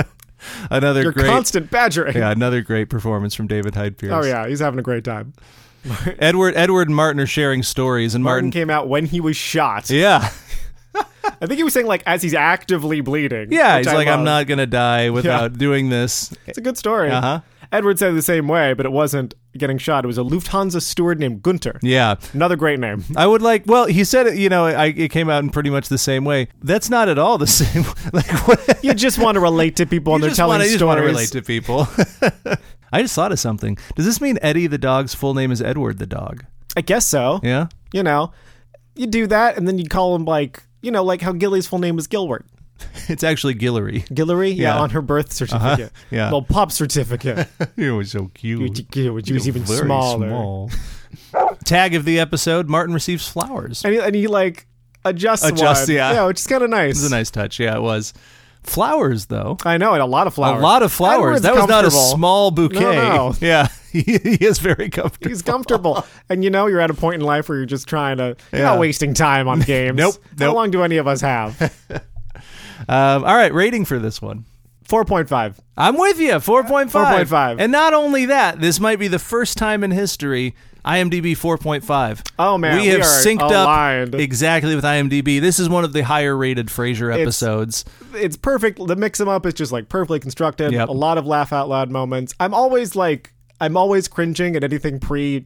[SPEAKER 1] another
[SPEAKER 2] your
[SPEAKER 1] great
[SPEAKER 2] constant badgering.
[SPEAKER 1] yeah, another great performance from David Hyde Pierce.
[SPEAKER 2] Oh yeah, he's having a great time.
[SPEAKER 1] Edward Edward and Martin are sharing stories, and
[SPEAKER 2] Martin
[SPEAKER 1] Martin,
[SPEAKER 2] came out when he was shot.
[SPEAKER 1] yeah.
[SPEAKER 2] I think he was saying like as he's actively bleeding.
[SPEAKER 1] Yeah,
[SPEAKER 2] which
[SPEAKER 1] he's
[SPEAKER 2] I
[SPEAKER 1] like, I'm
[SPEAKER 2] love.
[SPEAKER 1] not gonna die without doing this.
[SPEAKER 2] It's a good story.
[SPEAKER 1] Uh huh.
[SPEAKER 2] Edward said it the same way, but it wasn't getting shot. It was a Lufthansa steward named Gunter.
[SPEAKER 1] Yeah,
[SPEAKER 2] Another great name.
[SPEAKER 1] I would like. Well, he said it. You know, I, it came out in pretty much the same way. That's not at all the same. Like what?
[SPEAKER 2] You just want to relate to people when
[SPEAKER 1] you
[SPEAKER 2] they're
[SPEAKER 1] just
[SPEAKER 2] telling
[SPEAKER 1] wanna- you
[SPEAKER 2] stories.
[SPEAKER 1] just want to relate to people. I just thought of something. Does this mean Eddie the dog's full name is Edward the dog?
[SPEAKER 2] I guess so.
[SPEAKER 1] Yeah.
[SPEAKER 2] You know, you do that, and then you call him like you know, like how Gilly's full name was Gilbert.
[SPEAKER 1] It's actually Guillory.
[SPEAKER 2] Guillory? Yeah.
[SPEAKER 1] Yeah. Uh-huh.
[SPEAKER 2] on her birth certificate.
[SPEAKER 1] yeah.
[SPEAKER 2] Well, pop certificate.
[SPEAKER 1] It was so cute.
[SPEAKER 2] Which was even
[SPEAKER 1] Very
[SPEAKER 2] smaller.
[SPEAKER 1] small. Tag of the episode: Martin receives flowers.
[SPEAKER 2] And, he, and he like adjusts
[SPEAKER 1] Adjusts,
[SPEAKER 2] one.
[SPEAKER 1] yeah.
[SPEAKER 2] which is kind of nice.
[SPEAKER 1] It was a nice touch. Yeah, it was. Flowers, though.
[SPEAKER 2] I know, and a lot of flowers.
[SPEAKER 1] A lot of flowers.
[SPEAKER 2] Edward's
[SPEAKER 1] That was not a
[SPEAKER 2] comfortable.
[SPEAKER 1] small bouquet.
[SPEAKER 2] No, no.
[SPEAKER 1] Yeah, he, he is very comfortable.
[SPEAKER 2] He's comfortable. and you know, you're at a point in life where you're just trying to, you're not
[SPEAKER 1] Yeah.
[SPEAKER 2] wasting time on games.
[SPEAKER 1] Nope,
[SPEAKER 2] How
[SPEAKER 1] nope.
[SPEAKER 2] long do any of us have?
[SPEAKER 1] Um, all right, rating for this one.
[SPEAKER 2] 4.5.
[SPEAKER 1] I'm with you. 4.5.
[SPEAKER 2] 4.5.
[SPEAKER 1] And not only that, this might be the first time in history IMDb 4.5.
[SPEAKER 2] Oh, man,
[SPEAKER 1] We
[SPEAKER 2] we
[SPEAKER 1] have
[SPEAKER 2] are
[SPEAKER 1] synced
[SPEAKER 2] aligned.
[SPEAKER 1] up exactly with IMDb. This is one of the higher rated Frasier episodes.
[SPEAKER 2] It's perfect. The mix 'em up is just like perfectly constructed.
[SPEAKER 1] Yep.
[SPEAKER 2] A lot of laugh out loud moments. I'm always like, I'm always cringing at anything pre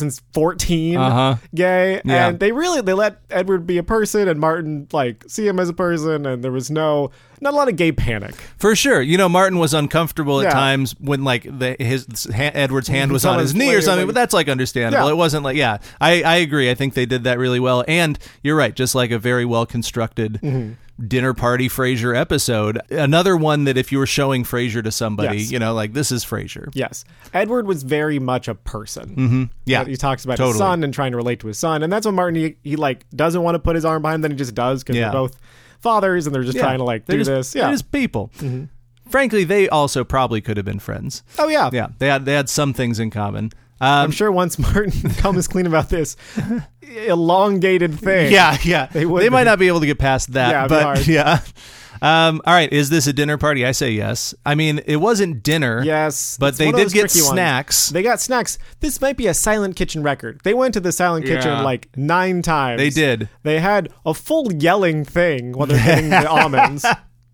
[SPEAKER 2] 2014
[SPEAKER 1] Uh-huh.
[SPEAKER 2] gay.
[SPEAKER 1] Yeah.
[SPEAKER 2] And they really, they let Edward be a person and Martin like see him as a person. And there was no, not a lot of gay panic.
[SPEAKER 1] For sure. You know, Martin was uncomfortable
[SPEAKER 2] Yeah.
[SPEAKER 1] at times when, like, the, his ha- Edward's hand was on
[SPEAKER 2] Someone's
[SPEAKER 1] his knee or
[SPEAKER 2] laying
[SPEAKER 1] something, but
[SPEAKER 2] like-
[SPEAKER 1] that's, like, understandable.
[SPEAKER 2] Yeah.
[SPEAKER 1] It wasn't like, yeah, I, I agree. I think they did that really well. And you're right, just like a very well constructed.
[SPEAKER 2] Mm-hmm.
[SPEAKER 1] Dinner party Frasier episode. Another one that if you were showing Frasier to somebody,
[SPEAKER 2] Yes.
[SPEAKER 1] you know, like this is Frasier.
[SPEAKER 2] Yes. Edward was very much a person.
[SPEAKER 1] Mm-hmm. Yeah.
[SPEAKER 2] He talks about his
[SPEAKER 1] Totally.
[SPEAKER 2] son and trying to relate to his son. And that's when Martin, he, he like doesn't want to put his arm behind him, then he just does because
[SPEAKER 1] Yeah.
[SPEAKER 2] they're both fathers and they're just
[SPEAKER 1] Yeah.
[SPEAKER 2] trying to like
[SPEAKER 1] They're
[SPEAKER 2] do
[SPEAKER 1] just-
[SPEAKER 2] this. Yeah. Mm-hmm.
[SPEAKER 1] They're just people. Frankly, they also probably could have been friends.
[SPEAKER 2] oh, yeah.
[SPEAKER 1] Yeah. They had, they had some things in common.
[SPEAKER 2] I'm
[SPEAKER 1] Um,
[SPEAKER 2] sure once Martin comes clean about this elongated thing.
[SPEAKER 1] yeah, yeah. They,
[SPEAKER 2] would
[SPEAKER 1] might
[SPEAKER 2] be.
[SPEAKER 1] not be able to get past that.
[SPEAKER 2] Yeah, it'd be
[SPEAKER 1] but
[SPEAKER 2] hard.
[SPEAKER 1] yeah. Um, all right. Is this a dinner party? I say yes. I mean, it wasn't dinner.
[SPEAKER 2] Yes.
[SPEAKER 1] But
[SPEAKER 2] it's
[SPEAKER 1] they
[SPEAKER 2] one of
[SPEAKER 1] did
[SPEAKER 2] those
[SPEAKER 1] get
[SPEAKER 2] tricky ones.
[SPEAKER 1] snacks.
[SPEAKER 2] They got snacks. This might be a silent kitchen record. They went to the silent kitchen
[SPEAKER 1] Yeah.
[SPEAKER 2] like nine times.
[SPEAKER 1] They did.
[SPEAKER 2] They had a full yelling thing while they're getting the almonds.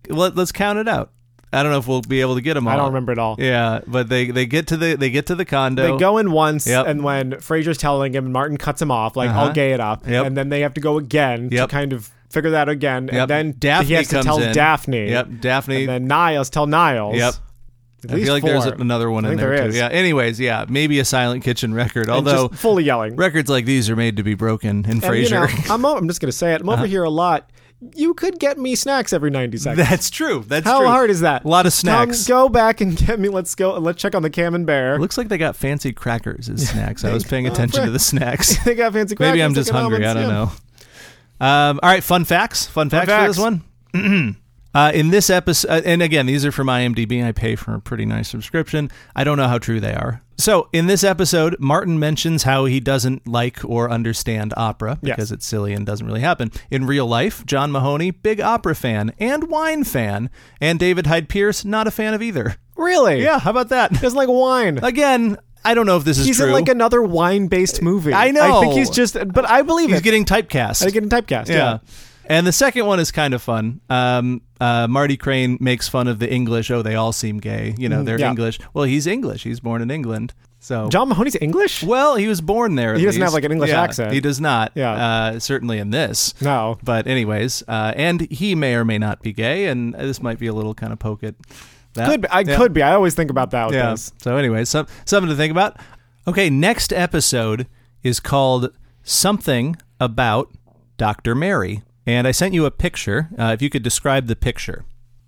[SPEAKER 1] Let, us count it out. I don't know if we'll be able to get them all.
[SPEAKER 2] I don't remember at all.
[SPEAKER 1] Yeah, but they they get to the they get to the condo.
[SPEAKER 2] They go in once,
[SPEAKER 1] Yep.
[SPEAKER 2] and when Fraser's telling him, Martin cuts him off, like
[SPEAKER 1] Uh-huh.
[SPEAKER 2] I'll gay it up,
[SPEAKER 1] Yep.
[SPEAKER 2] and then they have to go again
[SPEAKER 1] Yep.
[SPEAKER 2] to kind of figure that out again,
[SPEAKER 1] Yep.
[SPEAKER 2] and then
[SPEAKER 1] Daphne
[SPEAKER 2] he has to
[SPEAKER 1] comes
[SPEAKER 2] tell
[SPEAKER 1] in.
[SPEAKER 2] Daphne,
[SPEAKER 1] Yep, Daphne.
[SPEAKER 2] and then Niles tell Niles,
[SPEAKER 1] yep.
[SPEAKER 2] At
[SPEAKER 1] I
[SPEAKER 2] least
[SPEAKER 1] feel like there's
[SPEAKER 2] four.
[SPEAKER 1] another one
[SPEAKER 2] I
[SPEAKER 1] in
[SPEAKER 2] think
[SPEAKER 1] there,
[SPEAKER 2] there
[SPEAKER 1] too.
[SPEAKER 2] is.
[SPEAKER 1] Yeah. Anyways, yeah, maybe a silent kitchen record.
[SPEAKER 2] And
[SPEAKER 1] Although
[SPEAKER 2] just fully yelling.
[SPEAKER 1] records like these are made to be broken in
[SPEAKER 2] And, you
[SPEAKER 1] Frasier.
[SPEAKER 2] know, I'm, o- I'm just gonna say it. I'm
[SPEAKER 1] Uh-huh.
[SPEAKER 2] over here a lot. You could get me snacks every 90 seconds.
[SPEAKER 1] That's true. That's
[SPEAKER 2] How
[SPEAKER 1] true.
[SPEAKER 2] hard is that?
[SPEAKER 1] A lot of
[SPEAKER 2] Tom,
[SPEAKER 1] snacks.
[SPEAKER 2] go back and get me. Let's go. Let's check on the Cam Bear.
[SPEAKER 1] Looks like they got fancy crackers as snacks. I was paying attention to the snacks.
[SPEAKER 2] they got fancy.
[SPEAKER 1] Maybe
[SPEAKER 2] crackers,
[SPEAKER 1] I'm
[SPEAKER 2] they
[SPEAKER 1] just
[SPEAKER 2] got
[SPEAKER 1] hungry. I
[SPEAKER 2] almonds,
[SPEAKER 1] don't
[SPEAKER 2] yeah.
[SPEAKER 1] know. Um, all right, fun facts. Fun facts, for
[SPEAKER 2] facts.
[SPEAKER 1] this one. Uh, in this episode, uh, and again, these are from IMDb. I pay for a pretty nice subscription. I don't know how true they are. So, in this episode, Martin mentions how he doesn't like or understand opera
[SPEAKER 2] Yes.
[SPEAKER 1] because it's silly and doesn't really happen. In real life, John Mahoney, big opera fan and wine fan, and David Hyde Pierce, not a fan of either.
[SPEAKER 2] Really?
[SPEAKER 1] Yeah, how about that?
[SPEAKER 2] Doesn't like wine.
[SPEAKER 1] Again, I don't know if this is
[SPEAKER 2] He's
[SPEAKER 1] true.
[SPEAKER 2] in like another wine-based movie.
[SPEAKER 1] I
[SPEAKER 2] I think
[SPEAKER 1] know.
[SPEAKER 2] he's just, but I believe
[SPEAKER 1] He's
[SPEAKER 2] it.
[SPEAKER 1] getting typecast.
[SPEAKER 2] I think getting typecast. Yeah.
[SPEAKER 1] yeah. And the second one is kind of fun. Um, uh, Marty Crane makes fun of the English. Oh, they all seem gay. You know, they're
[SPEAKER 2] Mm, yeah.
[SPEAKER 1] English. Well, he's English. He's born in England. So,
[SPEAKER 2] John Mahoney's English?
[SPEAKER 1] well, he was born there. at
[SPEAKER 2] He doesn't have,
[SPEAKER 1] least.
[SPEAKER 2] like, an English
[SPEAKER 1] Yeah,
[SPEAKER 2] accent.
[SPEAKER 1] He does not.
[SPEAKER 2] Yeah.
[SPEAKER 1] Uh, certainly in this.
[SPEAKER 2] No.
[SPEAKER 1] But, anyways, uh, and he may or may not be gay. And this might be a little kind of poke at that.
[SPEAKER 2] Could be. I
[SPEAKER 1] Yeah.
[SPEAKER 2] could be. I always think about that with this.
[SPEAKER 1] So anyway, some something to think about. Okay, next episode is called something about Dr. Mary, and I sent you a picture. Uh, if you could describe the picture,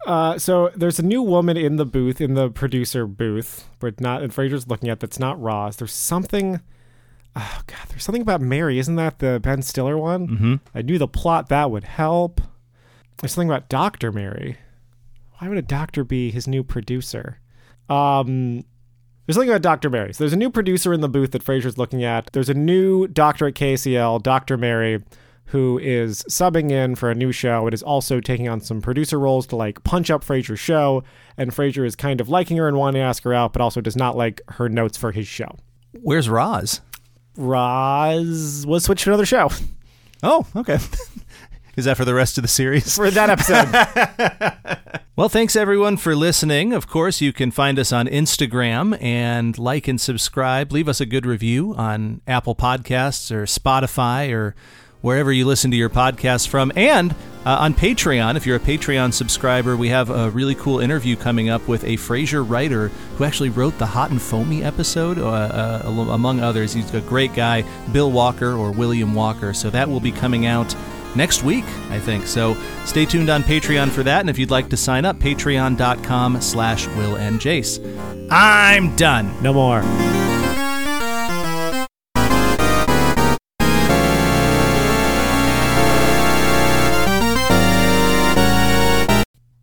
[SPEAKER 2] Uh, so there's a new woman in the booth, in the producer booth, but not, and Fraser's looking at that's not Roz. There's something, oh God, there's something about Mary. Isn't that the Ben Stiller one? Mm-hmm. I knew the plot that would help. There's something about Dr. Mary. Why would a doctor be his new producer? Um, there's something about Dr. Mary. So there's a new producer in the booth that Fraser's looking at. There's a new doctor at KCL, Dr. Mary, who is subbing in for a new show and is also taking on some producer roles to like punch up Fraser's show. And Fraser is kind of liking her and wanting to ask her out, but also does not like her notes for his show.
[SPEAKER 1] where's Roz?
[SPEAKER 2] Roz was switched to another show
[SPEAKER 1] Oh, okay. is that for the rest of the series?
[SPEAKER 2] for that episode.
[SPEAKER 1] Well, thanks everyone for listening. Of course, you can find us on Instagram and like and subscribe. Leave us a good review on Apple Podcasts or Spotify or wherever you listen to your podcasts from. And uh, on Patreon, if you're a Patreon subscriber, we have a really cool interview coming up with a Frasier writer who actually wrote the Hot and Foamy episode, uh, uh, among others. He's a great guy, Bill Walker or William Walker. So that will be coming out next week, I think. So stay tuned on Patreon for that. And if you'd like to sign up, patreon.com slash Will and Jace. I'm done.
[SPEAKER 2] No more.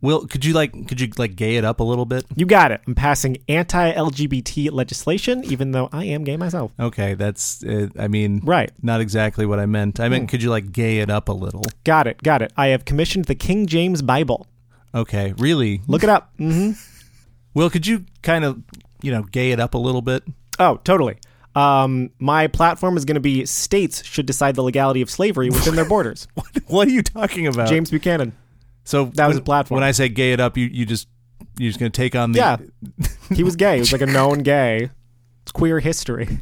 [SPEAKER 1] Will, could you like could you like gay it up a little bit?
[SPEAKER 2] You got it. I'm passing anti-LGBT legislation, even though I am gay myself.
[SPEAKER 1] Okay, that's uh, I mean
[SPEAKER 2] Right.
[SPEAKER 1] not exactly what I meant. I meant could you like gay it up a little?
[SPEAKER 2] Got it. Got it. I have commissioned the King James Bible.
[SPEAKER 1] Okay, really?
[SPEAKER 2] Look it up. hmm
[SPEAKER 1] Will, could you kind of you know gay it up a little bit?
[SPEAKER 2] Oh, totally. Um, my platform is going to be states should decide the legality of slavery within their borders.
[SPEAKER 1] What are you talking about,
[SPEAKER 2] James Buchanan.
[SPEAKER 1] So
[SPEAKER 2] That was
[SPEAKER 1] when-
[SPEAKER 2] a platform.
[SPEAKER 1] When I say gay it up, you you just you're just gonna take on the
[SPEAKER 2] Yeah. He was gay. He was like a known gay. It's queer history.